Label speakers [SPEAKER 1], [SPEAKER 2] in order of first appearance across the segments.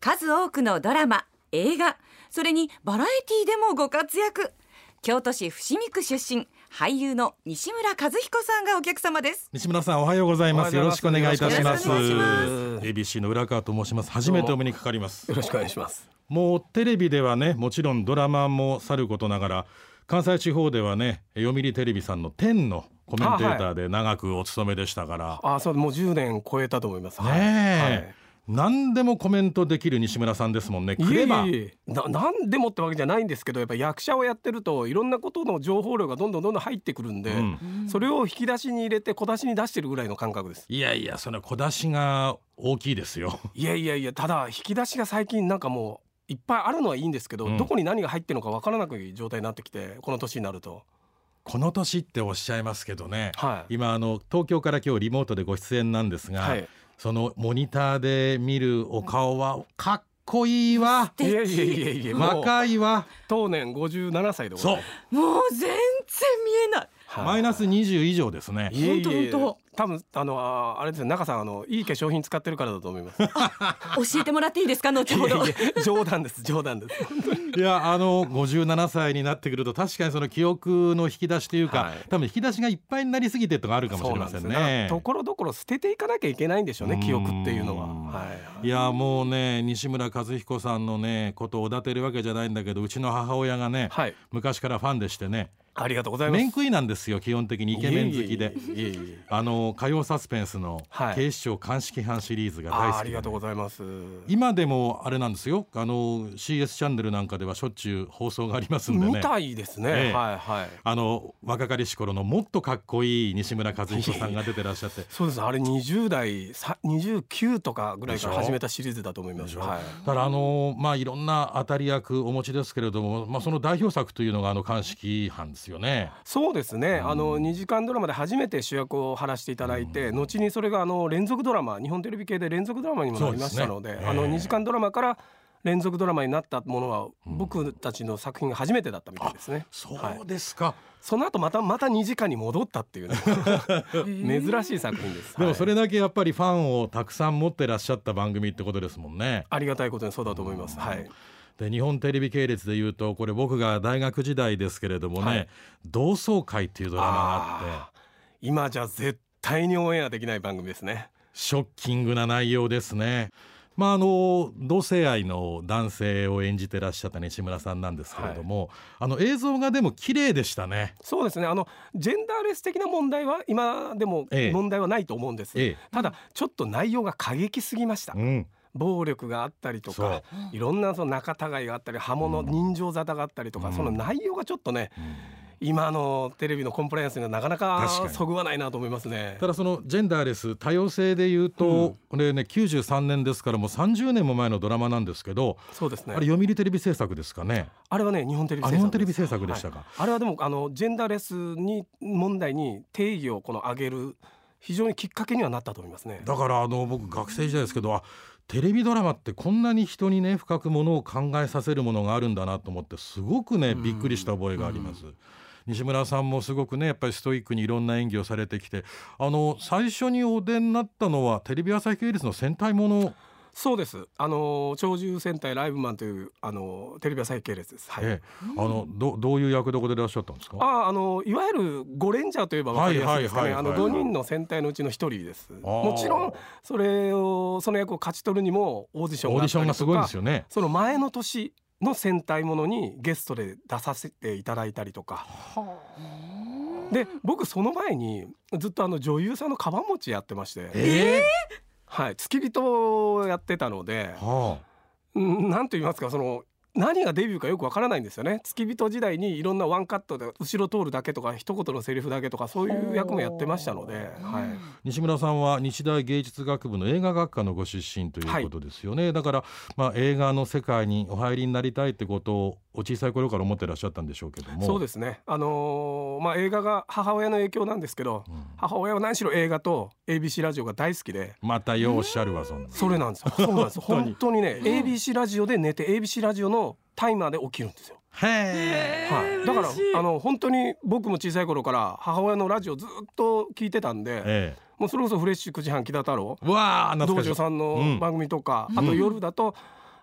[SPEAKER 1] 数多くのドラマ映画それにバラエティでもご活躍京都市伏見区出身俳優の西村和彦さんがお客様です
[SPEAKER 2] 西村さんおはようございます
[SPEAKER 3] お
[SPEAKER 2] よ
[SPEAKER 3] はよう
[SPEAKER 2] ろ
[SPEAKER 3] ご
[SPEAKER 2] しく
[SPEAKER 3] ざ
[SPEAKER 2] お
[SPEAKER 3] います
[SPEAKER 2] 願いいたします
[SPEAKER 1] よろしくお
[SPEAKER 3] 願いします
[SPEAKER 2] ABC の浦川と申します初めてお目にかかります
[SPEAKER 3] よろしくお願いします。
[SPEAKER 2] もうテレビではねもちろんドラマもさることながら関西地方ではね読売テレビさんの「天」のコメンテーターで長くお勤めでしたから、
[SPEAKER 3] あ、そう、もう10年超えたと思います。はい
[SPEAKER 2] ねえ、何でもコメントできる西村さんですもんね
[SPEAKER 3] はい
[SPEAKER 2] くれば
[SPEAKER 3] いえいえいえななんでもってわけじゃないんですけどやっぱ役者をやってるといろんなことの情報量がどんどんどんどん入ってくるんで、
[SPEAKER 2] うん
[SPEAKER 3] それを引き出しに入れて小出しに出してるぐらいの感覚です
[SPEAKER 2] いやいやその小出しが大きいですよ
[SPEAKER 3] いやいやいやただ引き出しが最近なんかもういっぱいあるのはいいんですけど、
[SPEAKER 2] うん
[SPEAKER 3] どこに何が入ってるのかわからなくい状態になってきてこの年になると
[SPEAKER 2] この年っておっしゃいますけどね
[SPEAKER 3] はい
[SPEAKER 2] 今あの東京から今日リモートでご出演なんですが、
[SPEAKER 3] はい
[SPEAKER 2] そのモニターで見るお顔はかっこいいわ
[SPEAKER 3] いやいやいやいやもう
[SPEAKER 2] 若いわ
[SPEAKER 3] 当年57歳でござ
[SPEAKER 2] そ
[SPEAKER 3] い
[SPEAKER 2] う
[SPEAKER 3] ます、
[SPEAKER 1] もう全然見えない
[SPEAKER 3] はい
[SPEAKER 2] マイナス20以上ですね
[SPEAKER 3] いえいえいえ
[SPEAKER 1] 本
[SPEAKER 3] 多分あのあーあれですね中さんあのいい化粧品使ってるからだと思 います
[SPEAKER 1] 教えてもらってい いですか後
[SPEAKER 3] い
[SPEAKER 1] ほど
[SPEAKER 3] やいや冗談です冗談です
[SPEAKER 2] いやあの57歳になってくると確かにその記憶の引き出しというか、
[SPEAKER 3] はい
[SPEAKER 2] 多分引き出しがいっぱいになりすぎてとかあるかもしれません
[SPEAKER 3] そうなんで
[SPEAKER 2] ね
[SPEAKER 3] すよだからところどころ捨てていかなきゃいけないんでしょうね
[SPEAKER 2] うん
[SPEAKER 3] 記憶っていうのは、はい
[SPEAKER 2] いやもうね西村和彦さんのねことをおだてるわけじゃないんだけどうちの母親がね、
[SPEAKER 3] はい、
[SPEAKER 2] 昔からファンでしてね
[SPEAKER 3] ありがとうございます
[SPEAKER 2] 面食いなんですよ基本的にイケメン好きで
[SPEAKER 3] いえいえいえいえいえ
[SPEAKER 2] あの火曜サスペンスの
[SPEAKER 3] はい
[SPEAKER 2] 警視庁鑑識班シリーズが大
[SPEAKER 3] あ
[SPEAKER 2] 好
[SPEAKER 3] ーあ
[SPEAKER 2] き
[SPEAKER 3] り
[SPEAKER 2] で
[SPEAKER 3] がとう
[SPEAKER 2] ね
[SPEAKER 3] ございます
[SPEAKER 2] 今でもあれなんですよあの CS チャンネルなんかではしょっちゅう放送がありますんで
[SPEAKER 3] 見
[SPEAKER 2] ね
[SPEAKER 3] たいですね、
[SPEAKER 2] ええ
[SPEAKER 3] はいはい
[SPEAKER 2] あの若かりし頃のもっとかっこいい西村和彦さんが出てらっしゃって
[SPEAKER 3] そうですあれ20代さ29とかぐらいから
[SPEAKER 2] でしょ
[SPEAKER 3] 始めたシリーズだと思いますはい
[SPEAKER 2] だからあのまあいろんな当たり役お持ちですけれども、まあ、その代表作というのがあの鑑識班ですよね。
[SPEAKER 3] そうですね、あの2時間ドラマで初めて主役を張らせていただいて、後にそれがあの連続ドラマ日本テレビ系で連続ドラマにもなりましたので
[SPEAKER 2] そうですね
[SPEAKER 3] あ
[SPEAKER 2] え
[SPEAKER 3] の
[SPEAKER 2] え
[SPEAKER 3] 2時間ドラマから連続ドラマになったものは僕たちの作品が初めてだったみたいですね、
[SPEAKER 2] そうですか、
[SPEAKER 3] その後またまた2時間に戻ったって いうね珍しい作品です
[SPEAKER 2] でもそれ
[SPEAKER 3] はい
[SPEAKER 2] だけやっぱりファンをたくさん持ってらっしゃった番組ってことですもんね。
[SPEAKER 3] ありがたいことにそうだと思います、はい
[SPEAKER 2] で日本テレビ系列でいうとこれ僕が大学時代ですけれどもね「
[SPEAKER 3] はい
[SPEAKER 2] 同窓会」っていうドラマがあって
[SPEAKER 3] あー今じゃ絶対にオンエアできない番組ですね
[SPEAKER 2] ショッキングな内容ですね。まああの同性愛の男性を演じてらっしゃった西村さんなんですけれども、あの映像がでも綺麗でしたね。
[SPEAKER 3] そうですねあのジェンダーレス的な問題は今でも
[SPEAKER 2] ええ
[SPEAKER 3] 問題はないと思うんです、
[SPEAKER 2] え
[SPEAKER 3] ただちょっと内容が過激すぎました
[SPEAKER 2] え、うん、
[SPEAKER 3] 暴力があったりと
[SPEAKER 2] そう
[SPEAKER 3] かいろんなその仲違いがあったり刃物、
[SPEAKER 2] うん
[SPEAKER 3] 人情沙汰があったりと
[SPEAKER 2] う
[SPEAKER 3] か、
[SPEAKER 2] ん
[SPEAKER 3] その内容がちょっとね
[SPEAKER 2] うん
[SPEAKER 3] 今のテレビのコンプライアンスにはなかなか
[SPEAKER 2] 確かに
[SPEAKER 3] そぐわないなと思いますね
[SPEAKER 2] た。だそのジェンダーレス多様性でいうと、
[SPEAKER 3] うん
[SPEAKER 2] これね93年ですからもう30年も前のドラマなんですけど、
[SPEAKER 3] そうですね
[SPEAKER 2] あれ読売テレビ制作ですかね
[SPEAKER 3] あれはね日本テレビ
[SPEAKER 2] あ
[SPEAKER 3] 制
[SPEAKER 2] 日
[SPEAKER 3] 作
[SPEAKER 2] 本テレビ
[SPEAKER 3] です
[SPEAKER 2] 制作でしたか、
[SPEAKER 3] あれはでもあのジェンダーレスに問題に定義をこの上げる非常にきっかけにはなったと思いますね。
[SPEAKER 2] だからあの僕学生時代ですけどあテレビドラマってこんなに人にね深くものを考えさせるものがあるんだなと思ってすごくね
[SPEAKER 3] うん
[SPEAKER 2] びっくりした覚えがあります。西村さんもすごくねやっぱりストイックにいろんな演技をされてきてあの最初にお出になったのはテレビ朝日系列の戦隊もの、
[SPEAKER 3] そうです。あの鳥獣戦隊ライブマンというあのテレビ朝日系列です。はい。
[SPEAKER 2] ええあのどどういう役どころでいらっしゃったんですか
[SPEAKER 3] あああのいわゆるゴレンジャーといえばわかりやすいですか
[SPEAKER 2] はい
[SPEAKER 3] ね。
[SPEAKER 2] は
[SPEAKER 3] あ
[SPEAKER 2] いはい
[SPEAKER 3] の
[SPEAKER 2] はい
[SPEAKER 3] 五人の戦隊のうちの一人です。
[SPEAKER 2] あー
[SPEAKER 3] もちろんそれをその役を勝ち取るにもオーディション
[SPEAKER 2] オー
[SPEAKER 3] が
[SPEAKER 2] ディ
[SPEAKER 3] あっ
[SPEAKER 2] シ
[SPEAKER 3] た
[SPEAKER 2] ョン
[SPEAKER 3] り
[SPEAKER 2] がすごい
[SPEAKER 3] と
[SPEAKER 2] で
[SPEAKER 3] か
[SPEAKER 2] す、よね。
[SPEAKER 3] その前の年の戦隊ものにゲストで出させていただいたりとか。で僕その前にずっとあの女優さんのカバン持ちやってまして、
[SPEAKER 2] え
[SPEAKER 3] はい、付き人をやってたので
[SPEAKER 2] え。は
[SPEAKER 3] うんなんと言いますかその何がデビューかよくわからないんですよね付き人時代にいろんなワンカットで後ろ通るだけとか一言のセリフだけとかそういう役もやってましたので、はい、
[SPEAKER 2] あ、西村さんは日大芸術学部の映画学科のご出身ということですよね、だから、まあ、映画の世界にお入りになりたいってことをお小さい頃から思ってらっしゃったんでしょうけども
[SPEAKER 3] そうですねあのーまあ映画が母親の影響なんですけど
[SPEAKER 2] うん
[SPEAKER 3] 母親は何しろ映画と ABC ラジオが大好きで
[SPEAKER 2] またようおっしゃるわそんな
[SPEAKER 3] それなんですよそうなんです
[SPEAKER 2] 本当に
[SPEAKER 3] 本当にね ABC ラジオで寝て ABC ラジオのタイマーで起きるんですよ
[SPEAKER 2] へえ
[SPEAKER 3] はい、だからあの本当に僕も小さい頃から母親のラジオずっと聞いてたんで、
[SPEAKER 2] え
[SPEAKER 3] もうそれこそ「フレッシュ9時半木田太郎」
[SPEAKER 2] えわあ懐
[SPEAKER 3] 道
[SPEAKER 2] かしい
[SPEAKER 3] 場さん
[SPEAKER 2] うん
[SPEAKER 3] の番組とか、あ
[SPEAKER 2] う
[SPEAKER 3] と
[SPEAKER 2] ん
[SPEAKER 3] 夜だと、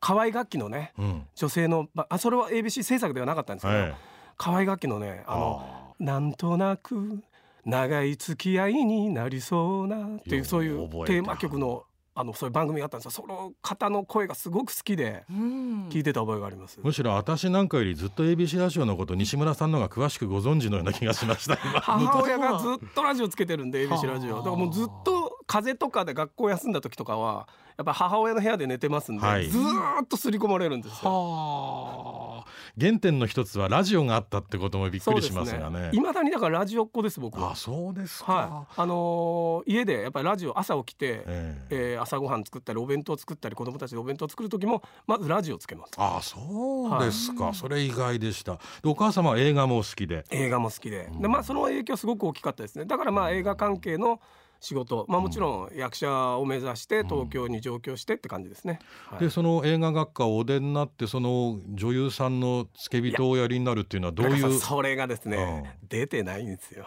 [SPEAKER 3] 河合楽器のね
[SPEAKER 2] うん
[SPEAKER 3] 女性のばあそれは ABC 制作ではなかったんですけど、
[SPEAKER 2] ええ
[SPEAKER 3] 河合楽器のねあの
[SPEAKER 2] あ
[SPEAKER 3] なんとなく長い付き合いになりそうなってい
[SPEAKER 2] よ
[SPEAKER 3] うそういう
[SPEAKER 2] 覚えた
[SPEAKER 3] テーマ曲のあのそういう番組があったんですよその方の声がすごく好きで
[SPEAKER 1] うん
[SPEAKER 3] 聞いてた覚えがあります、
[SPEAKER 2] ーむしろ私なんかよりずっと ABC ラジオのこと西村さんの方が詳しくご存知のような気がしました今
[SPEAKER 3] 母親がずっとラジオつけてるんで
[SPEAKER 2] はあ
[SPEAKER 3] ABC ラジオだからもうずっと風邪とかで学校休んだ時とかはやっぱ母親の部屋で寝てますんで、
[SPEAKER 2] はい
[SPEAKER 3] ずーっと刷り込まれるんですよ。
[SPEAKER 2] はあ原点の一つはラジオがあったってこともびっくりしますがね
[SPEAKER 3] いまだにだからラジオっ子です僕は
[SPEAKER 2] あ。そうですか、
[SPEAKER 3] はい、あのー家でやっぱりラジオ朝起きて、
[SPEAKER 2] ええ
[SPEAKER 3] えー朝ごはん作ったりお弁当作ったり子供たちでお弁当作る時もまずラジオつけます
[SPEAKER 2] あそうですか、それ意外でしたでお母様は映画もお好きで
[SPEAKER 3] 映画も好きで,、
[SPEAKER 2] うん
[SPEAKER 3] でまあ、その影響すごく大きかったですねだからまあ映画関係の仕事、まあ、もちろん役者を目指して東京に上京してって感じですね。はい
[SPEAKER 2] でその映画学科をお出になってその女優さんの付け人をおやりになるっていうのはどうい
[SPEAKER 3] だから
[SPEAKER 2] う
[SPEAKER 3] さそれがですね、出てないんですよ。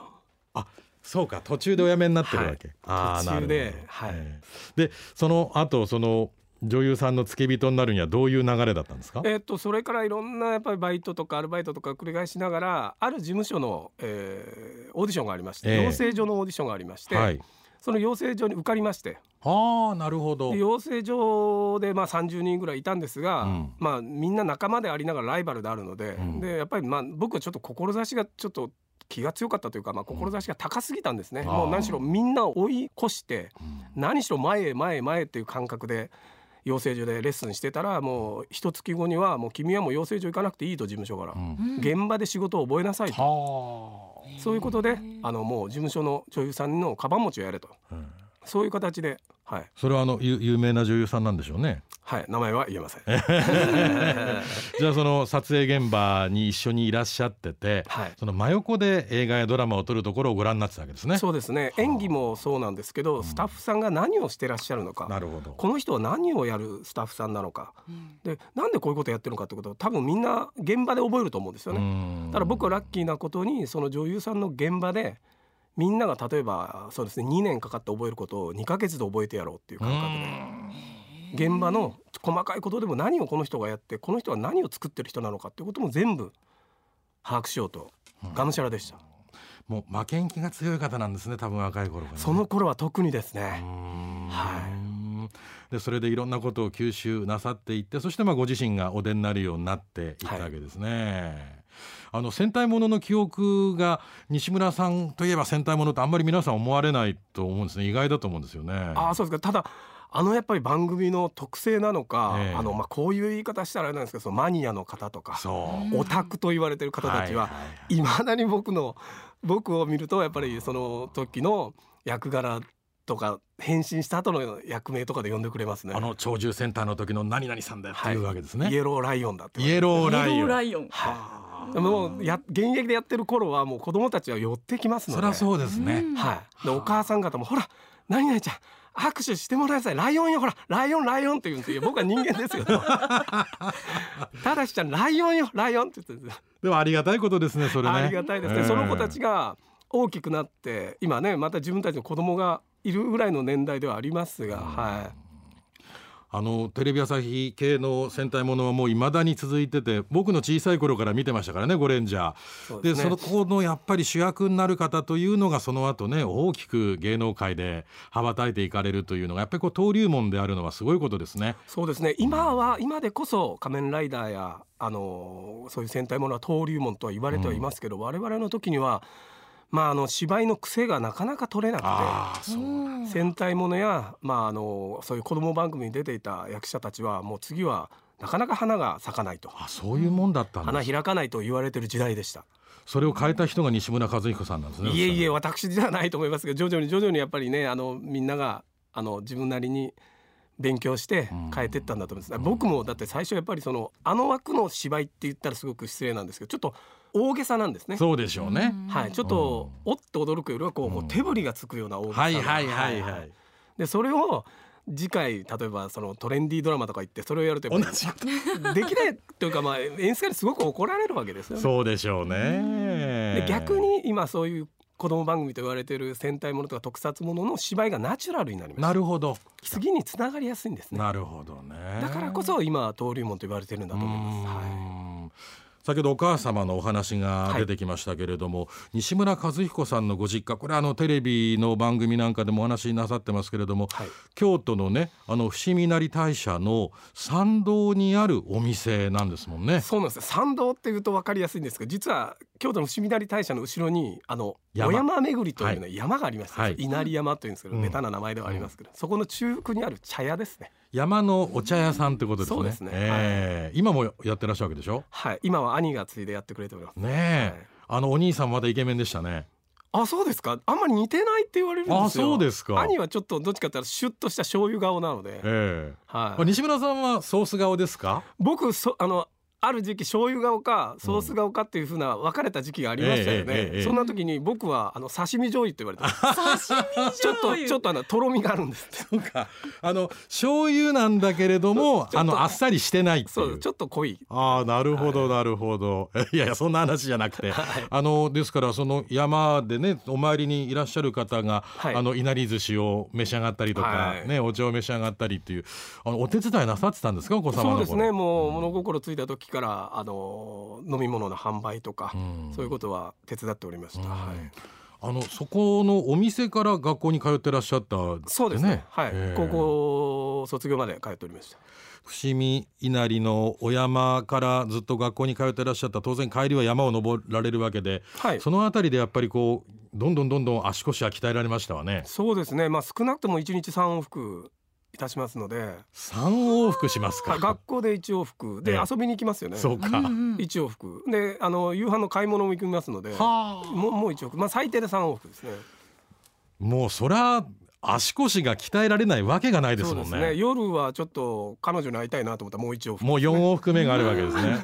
[SPEAKER 2] そうか途中でお辞めになってるわけ、
[SPEAKER 3] はい
[SPEAKER 2] あー
[SPEAKER 3] 途中で
[SPEAKER 2] なるほど
[SPEAKER 3] はい
[SPEAKER 2] ええでその後その女優さんの付け人になるにはどういう流れだったんですか
[SPEAKER 3] えっとそれからいろんなやっぱりバイトとかアルバイトとか繰り返しながらある事務所の、えーオーディションがありまして、
[SPEAKER 2] ええ
[SPEAKER 3] 養成所のオーディションがありまして、
[SPEAKER 2] はい
[SPEAKER 3] その養成所に受かりまして
[SPEAKER 2] ああなるほど
[SPEAKER 3] で養成所でまあ30人ぐらいいたんですが、
[SPEAKER 2] うん
[SPEAKER 3] まあ、みんな仲間でありながらライバルであるので,、
[SPEAKER 2] うん
[SPEAKER 3] でやっぱりまあ僕はちょっと志がちょっと気が強かったというか、まあ、志が高すぎたんですね、
[SPEAKER 2] うん
[SPEAKER 3] もう何しろみんなを追い越して
[SPEAKER 2] うん
[SPEAKER 3] 何しろ前へ前へ前へっていう感覚で養成所でレッスンしてたらもう一月後にはもう君はもう養成所行かなくていいと事務所から、
[SPEAKER 2] う
[SPEAKER 1] う
[SPEAKER 2] ん
[SPEAKER 1] ん
[SPEAKER 3] 現場で仕事を覚えなさいと
[SPEAKER 2] はあ
[SPEAKER 3] そういうことであのもう事務所の女優さんのカバン持ちをやれと
[SPEAKER 2] うん
[SPEAKER 3] そういう形ではい、
[SPEAKER 2] それはあのゆ有名な女優さんなんでしょうね
[SPEAKER 3] はい、名前は言えません。
[SPEAKER 2] じゃあその撮影現場に一緒にいらっしゃってて
[SPEAKER 3] はい
[SPEAKER 2] その真横で映画やドラマを撮るところをご覧になってたわけですね
[SPEAKER 3] そうですね演技もそうなんですけど、スタッフさんが何をしてらっしゃるのか
[SPEAKER 2] なるほど
[SPEAKER 3] この人は何をやるスタッフさんなのか
[SPEAKER 1] うん
[SPEAKER 3] でなんでこういうことやってるのかってことを多分みんな現場で覚えると思うんですよね。
[SPEAKER 2] ね
[SPEAKER 3] ただ僕はラッキーなことにその女優さんの現場でみんなが例えばそうですね2年かかって覚えることを2ヶ月で覚えてやろうっていう感覚で現場の細かいことでも何をこの人がやってこの人は何を作ってる人なのかっていうことも全部把握しようとがむしゃらでした。
[SPEAKER 2] もう負けん気が強い方なんですね多分若い頃からね、
[SPEAKER 3] その頃は特にですね、
[SPEAKER 2] はいでそれでいろんなことを吸収なさっていってそしてまあご自身がお出になるようになっていったわけですね。あの戦隊ものの記憶が西村さんといえば戦隊ものってあんまり皆さん思われないと思うんですね意外だと思うんですよね。
[SPEAKER 3] ああそうですかただあのやっぱり番組の特性なのか、
[SPEAKER 2] ええ
[SPEAKER 3] あのまあこういう言い方したらあれなんですけどそのマニアの方とか
[SPEAKER 2] そう
[SPEAKER 3] オタクと言われてる方たちは、
[SPEAKER 2] いい
[SPEAKER 3] いまだに僕の僕を見るとやっぱりその時の役柄とか変身した後の役名とかで呼んでくれますね。
[SPEAKER 2] あの鳥獣センターの時の何々さんだよっていうわけですね。
[SPEAKER 3] イエローライオンだって
[SPEAKER 2] イエローライ
[SPEAKER 1] イエロ
[SPEAKER 2] オ
[SPEAKER 1] ー
[SPEAKER 2] ン。
[SPEAKER 1] ライオン
[SPEAKER 3] はいでももうや現役でやってる頃はもう子供たちは寄ってきますの
[SPEAKER 2] そ
[SPEAKER 3] で
[SPEAKER 2] りゃそうですね。
[SPEAKER 1] うん
[SPEAKER 3] はい、でお母さん方も「ほら何々ちゃん握手してもらいなさいライオンよほらライオンライオン」って言うんですよいや僕は人間で すよただしちゃんライオンよライオンって言ってるんですよ
[SPEAKER 2] でもありがたいことですねそれね。
[SPEAKER 3] ありがたいですね、
[SPEAKER 2] ええ
[SPEAKER 3] その子たちが大きくなって今ねまた自分たちの子供がいるぐらいの年代ではありますが、は
[SPEAKER 2] あのテレビ朝日系の戦隊ものはもう未だに続いてて僕の小さい頃から見てましたからね「ゴレンジャー」
[SPEAKER 3] そう
[SPEAKER 2] で,、
[SPEAKER 3] ですね
[SPEAKER 2] そのこのやっぱり主役になる方というのがその後ね大きく芸能界で羽ばたいていかれるというのがやっぱりこう登竜門であるのはすごいことですね
[SPEAKER 3] い。、そうですね今は今でこそ「仮面ライダーや」あのそういう戦隊ものは登竜門とは言われてはいますけど、我々の時にはまああの芝居の癖がなかなか取れなくて。
[SPEAKER 2] ああそう、
[SPEAKER 1] うん
[SPEAKER 3] 戦隊ものや、まあ、あのそういう子供番組に出ていた役者たちはもう次はなかなか花が咲かないと
[SPEAKER 2] あそういうもんだったん
[SPEAKER 3] 花
[SPEAKER 2] です
[SPEAKER 3] 開かないと言われてる時代でした
[SPEAKER 2] それを変えた人が西村和彦さんなんですね
[SPEAKER 3] いえいえ
[SPEAKER 2] え
[SPEAKER 3] 私ではないと思いますけど徐々に徐々にやっぱりねあのみんながあの自分なりに勉強して変えてったんだと思います、僕もだって最初やっぱりそのあの枠の芝居って言ったらすごく失礼なんですけどちょっと大げさなんですね
[SPEAKER 2] そうでしょうね、
[SPEAKER 3] はい、ちょっと、おっと驚くよりはこうもう手振りがつくような大げさな
[SPEAKER 2] はいはいはいはい
[SPEAKER 3] でそれを次回例えばそのトレンディードラマとか行ってそれをやるとや
[SPEAKER 2] 同
[SPEAKER 3] っ ぱ
[SPEAKER 2] じ こと
[SPEAKER 3] りできないというかまあ演出家にすごく怒られるわけですよね。
[SPEAKER 2] そうでしょうね
[SPEAKER 3] で逆に今そういう子供番組と言われている戦隊ものとか特撮ものの芝居がナチュラルになりま
[SPEAKER 2] な
[SPEAKER 3] し
[SPEAKER 2] るほど
[SPEAKER 3] た次につながりやすいんですね
[SPEAKER 2] なるほどね
[SPEAKER 3] だからこそ今登竜門と言われてるんだと思います、
[SPEAKER 2] うー
[SPEAKER 3] は
[SPEAKER 2] ん先ほどお母様のお話が出てきましたけれども、西村和彦さんのご実家これあのテレビの番組なんかでもお話しなさってますけれども、
[SPEAKER 3] はい
[SPEAKER 2] 京都のねあの伏見成大社の参道にあるお店なんですもんね
[SPEAKER 3] い、。そうなんですよ参道っていうと分かりやすいんですけど実は京都の伏見成大社の後ろにあの
[SPEAKER 2] 山
[SPEAKER 3] お山巡りというの山がありまして、
[SPEAKER 2] はい
[SPEAKER 3] 稲荷山というんですけど、
[SPEAKER 2] うん
[SPEAKER 3] ベタな名前ではありますけど、そこの中腹にある茶屋ですね
[SPEAKER 2] 山のお茶屋さんってことですね。
[SPEAKER 3] そうですね
[SPEAKER 2] ええ今もやってらっしゃるわけでしょ。
[SPEAKER 3] はい今は兄がついでやってくれております
[SPEAKER 2] ねえ、
[SPEAKER 3] はい
[SPEAKER 2] あのお兄さんまたイケメンでしたね。
[SPEAKER 3] あそうですかあんまり似てないって言われるんですよ
[SPEAKER 2] あそうですか
[SPEAKER 3] 兄はちょっとどっちかって言ったらシュッとした醤油顔なので、
[SPEAKER 2] ええ
[SPEAKER 3] は
[SPEAKER 2] あ
[SPEAKER 3] い、
[SPEAKER 2] 西村さんはソース顔ですか。
[SPEAKER 3] 僕そあのある時期醤油顔かソース顔かっていうふうな分かれた時期がありましたよね、
[SPEAKER 2] ええええええ
[SPEAKER 3] そんな時に僕はあの刺身醤油って言われた ちょっとちょっとあのとろみがあるんですっ
[SPEAKER 2] そ
[SPEAKER 3] て
[SPEAKER 2] うか。あの醤油なんだけれども、あのあっさりしてないって
[SPEAKER 3] そ
[SPEAKER 2] いうう
[SPEAKER 3] ち。ょっと濃い
[SPEAKER 2] ああなるほどなるほど、い、やいやそんな話じゃなくて、あのですからその山でねお参りにいらっしゃる方が、
[SPEAKER 3] はい
[SPEAKER 2] あのいなり寿司を召し上がったりとか、
[SPEAKER 3] はい
[SPEAKER 2] ねお茶を召し上がったりっていうあのお手伝いなさってたんですかお子様の
[SPEAKER 3] そう
[SPEAKER 2] 頃
[SPEAKER 3] ですねもう物心ついた時からあの飲み物の販売とか、
[SPEAKER 2] ん
[SPEAKER 3] そういうことは手伝っておりました、はい
[SPEAKER 2] あのそこのお店から学校に通ってらっしゃったんね
[SPEAKER 3] そうですねはい
[SPEAKER 2] ええ
[SPEAKER 3] 高校卒業まで通っておりました
[SPEAKER 2] 伏見稲荷のお山からずっと学校に通ってらっしゃった当然帰りは山を登られるわけで、
[SPEAKER 3] はい
[SPEAKER 2] その辺りでやっぱりこうどんどんどんどん足腰は鍛えられましたわね
[SPEAKER 3] そうですねまあ少なくとも1日3往復いたしますので
[SPEAKER 2] 3往復します
[SPEAKER 3] あ
[SPEAKER 2] か
[SPEAKER 3] 学校で1往復
[SPEAKER 2] え
[SPEAKER 3] で
[SPEAKER 2] え
[SPEAKER 3] 遊びに行きますよね
[SPEAKER 2] そうか、
[SPEAKER 1] うんうん
[SPEAKER 3] 1往復であの夕飯の買い物も行きますので
[SPEAKER 2] はあ
[SPEAKER 3] もうもう1往復まあ最低で3往復ですね
[SPEAKER 2] もうそら足腰が鍛えられないわけがないです
[SPEAKER 3] そう
[SPEAKER 2] も
[SPEAKER 3] で
[SPEAKER 2] ん
[SPEAKER 3] す
[SPEAKER 2] ね
[SPEAKER 3] ね夜はちょっと彼女に会いたいなと思ったらもう1往復
[SPEAKER 2] もう4往復目があるわけです ね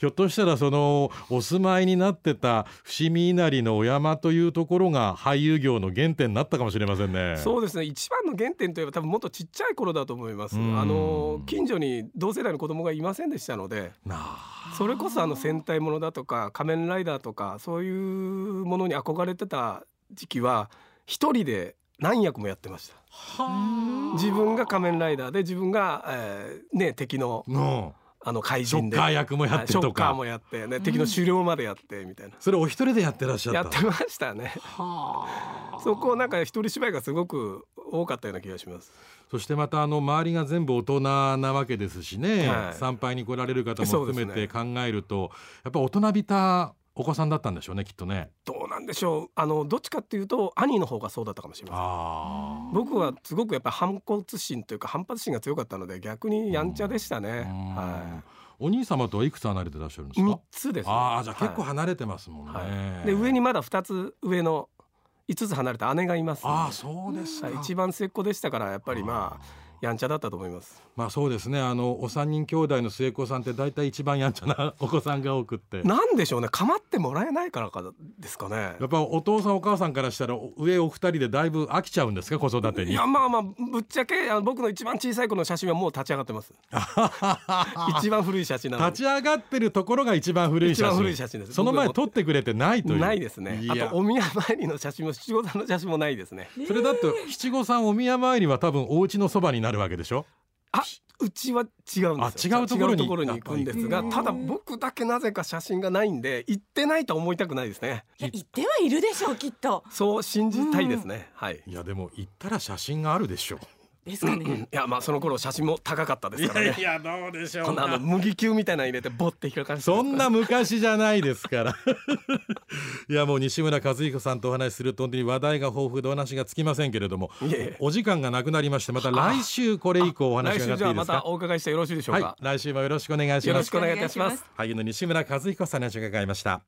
[SPEAKER 2] ひょっとしたらそのお住まいになってた伏見稲荷のお山というところが俳優業の原点になったかもしれませんね
[SPEAKER 3] そうですね一番の原点といえば多分もっとちっちゃい頃だと思います
[SPEAKER 2] うん
[SPEAKER 3] あの近所に同世代の子供がいませんでしたので
[SPEAKER 2] なあ
[SPEAKER 3] それこそあの戦隊ものだとか仮面ライダーとかそういうものに憧れてた時期は一人で何役もやってました自分が仮面ライダーで自分が、えーね敵の
[SPEAKER 2] の
[SPEAKER 3] あの怪
[SPEAKER 2] ショ
[SPEAKER 3] 人
[SPEAKER 2] ッ
[SPEAKER 3] で
[SPEAKER 2] カー役もや
[SPEAKER 3] は
[SPEAKER 2] っ
[SPEAKER 3] い
[SPEAKER 2] て
[SPEAKER 3] ショ
[SPEAKER 2] と
[SPEAKER 3] ッカ
[SPEAKER 2] か、
[SPEAKER 3] ーもやって、ね、敵の狩猟までやってみたいな、
[SPEAKER 2] それお一人でやってらっしゃった
[SPEAKER 3] やってましたねそこなんか一人芝居がすごく多かったような気がします
[SPEAKER 2] そしてまたあの周りが全部大人なわけですしね、
[SPEAKER 3] はい
[SPEAKER 2] 参拝に来られる方も
[SPEAKER 3] そうです
[SPEAKER 2] 含
[SPEAKER 3] ね
[SPEAKER 2] めて考えると、やっぱ大人びたお子さんだったんでしょうねきっとね。
[SPEAKER 3] どうなんでしょうあのどっちかっていうと兄の方がそうだったかもしれません
[SPEAKER 2] あ
[SPEAKER 3] 僕はすごくやっぱり反骨心というか反発心が強かったので逆にやんちゃでした
[SPEAKER 2] あ、う
[SPEAKER 3] ね。
[SPEAKER 2] ん
[SPEAKER 3] は
[SPEAKER 2] お兄様とはいくつ離れてらっしゃるんです
[SPEAKER 3] い。三
[SPEAKER 2] か。
[SPEAKER 3] つです、ね。
[SPEAKER 2] ああじゃあ結構
[SPEAKER 3] は
[SPEAKER 2] 離れてますもんね。
[SPEAKER 3] いはいで上にまだ二つ上の五つ離れた姉がいます、
[SPEAKER 2] ああそうですか。
[SPEAKER 3] はい一番末っ子でしたからやっぱりまあやんちゃだったと思います。
[SPEAKER 2] まあそうですねあのお三人兄弟の末っ子さんって大体一番やんちゃな お子さんが多くって。
[SPEAKER 3] なんでしょうね構ってもらえないからかですかね
[SPEAKER 2] や。っぱお父さんお母さんからしたらお上お二人でだいぶ飽きちゃうんですか子育て
[SPEAKER 3] い
[SPEAKER 2] に。
[SPEAKER 3] やまあまあぶっちゃけあの僕の一番小さい子の写真はもう立ち上がって ます。一番古い写真なので
[SPEAKER 2] 立ち上がってるところが一番古い写真
[SPEAKER 3] 一番古い写真です
[SPEAKER 2] その前撮ってくれてないという
[SPEAKER 3] ないですね
[SPEAKER 2] い。
[SPEAKER 3] あ
[SPEAKER 2] や
[SPEAKER 3] とお宮参りの写真も七五三の写真もないですね。
[SPEAKER 2] それだと七五三お宮参りは多分お家のそばになるわけでしょ
[SPEAKER 3] あうちは違うんですよ
[SPEAKER 2] あ違うところに
[SPEAKER 3] 違行くんですが
[SPEAKER 1] やっぱ
[SPEAKER 3] た
[SPEAKER 1] り
[SPEAKER 3] だ僕だけなぜか写真がないんで行ってないとは思いたくないですね
[SPEAKER 1] いや言ってはいるでしょうきっと
[SPEAKER 3] そう信じたいですね、はい
[SPEAKER 2] いやでも行ったら写真があるでしょ
[SPEAKER 1] ですか
[SPEAKER 3] うん
[SPEAKER 1] ね
[SPEAKER 3] いやまあその頃写真も高かったですからね
[SPEAKER 2] やどうでし
[SPEAKER 3] こんなあの麦球みたいなの入れてボッて引っかかる
[SPEAKER 2] そんな昔じゃないですから いやもう西村和彦さんとお話しすると本当に話題が豊富でお話がつきませんけれども
[SPEAKER 3] いえいえ
[SPEAKER 2] お時間がなくなりましてまた来週これ以降お話が伺
[SPEAKER 3] 来週
[SPEAKER 2] っ
[SPEAKER 3] じ
[SPEAKER 2] て
[SPEAKER 3] ゃ
[SPEAKER 2] い
[SPEAKER 3] あ
[SPEAKER 2] いで
[SPEAKER 3] ます
[SPEAKER 2] か
[SPEAKER 3] たお伺いしてよろしいでしょう
[SPEAKER 2] は
[SPEAKER 3] か、
[SPEAKER 2] い来週もよろしくお願いし
[SPEAKER 3] よ
[SPEAKER 2] ま
[SPEAKER 3] ろ
[SPEAKER 2] す
[SPEAKER 3] しくお願いいたします
[SPEAKER 2] 俳優の西村和彦さんにお話を伺いました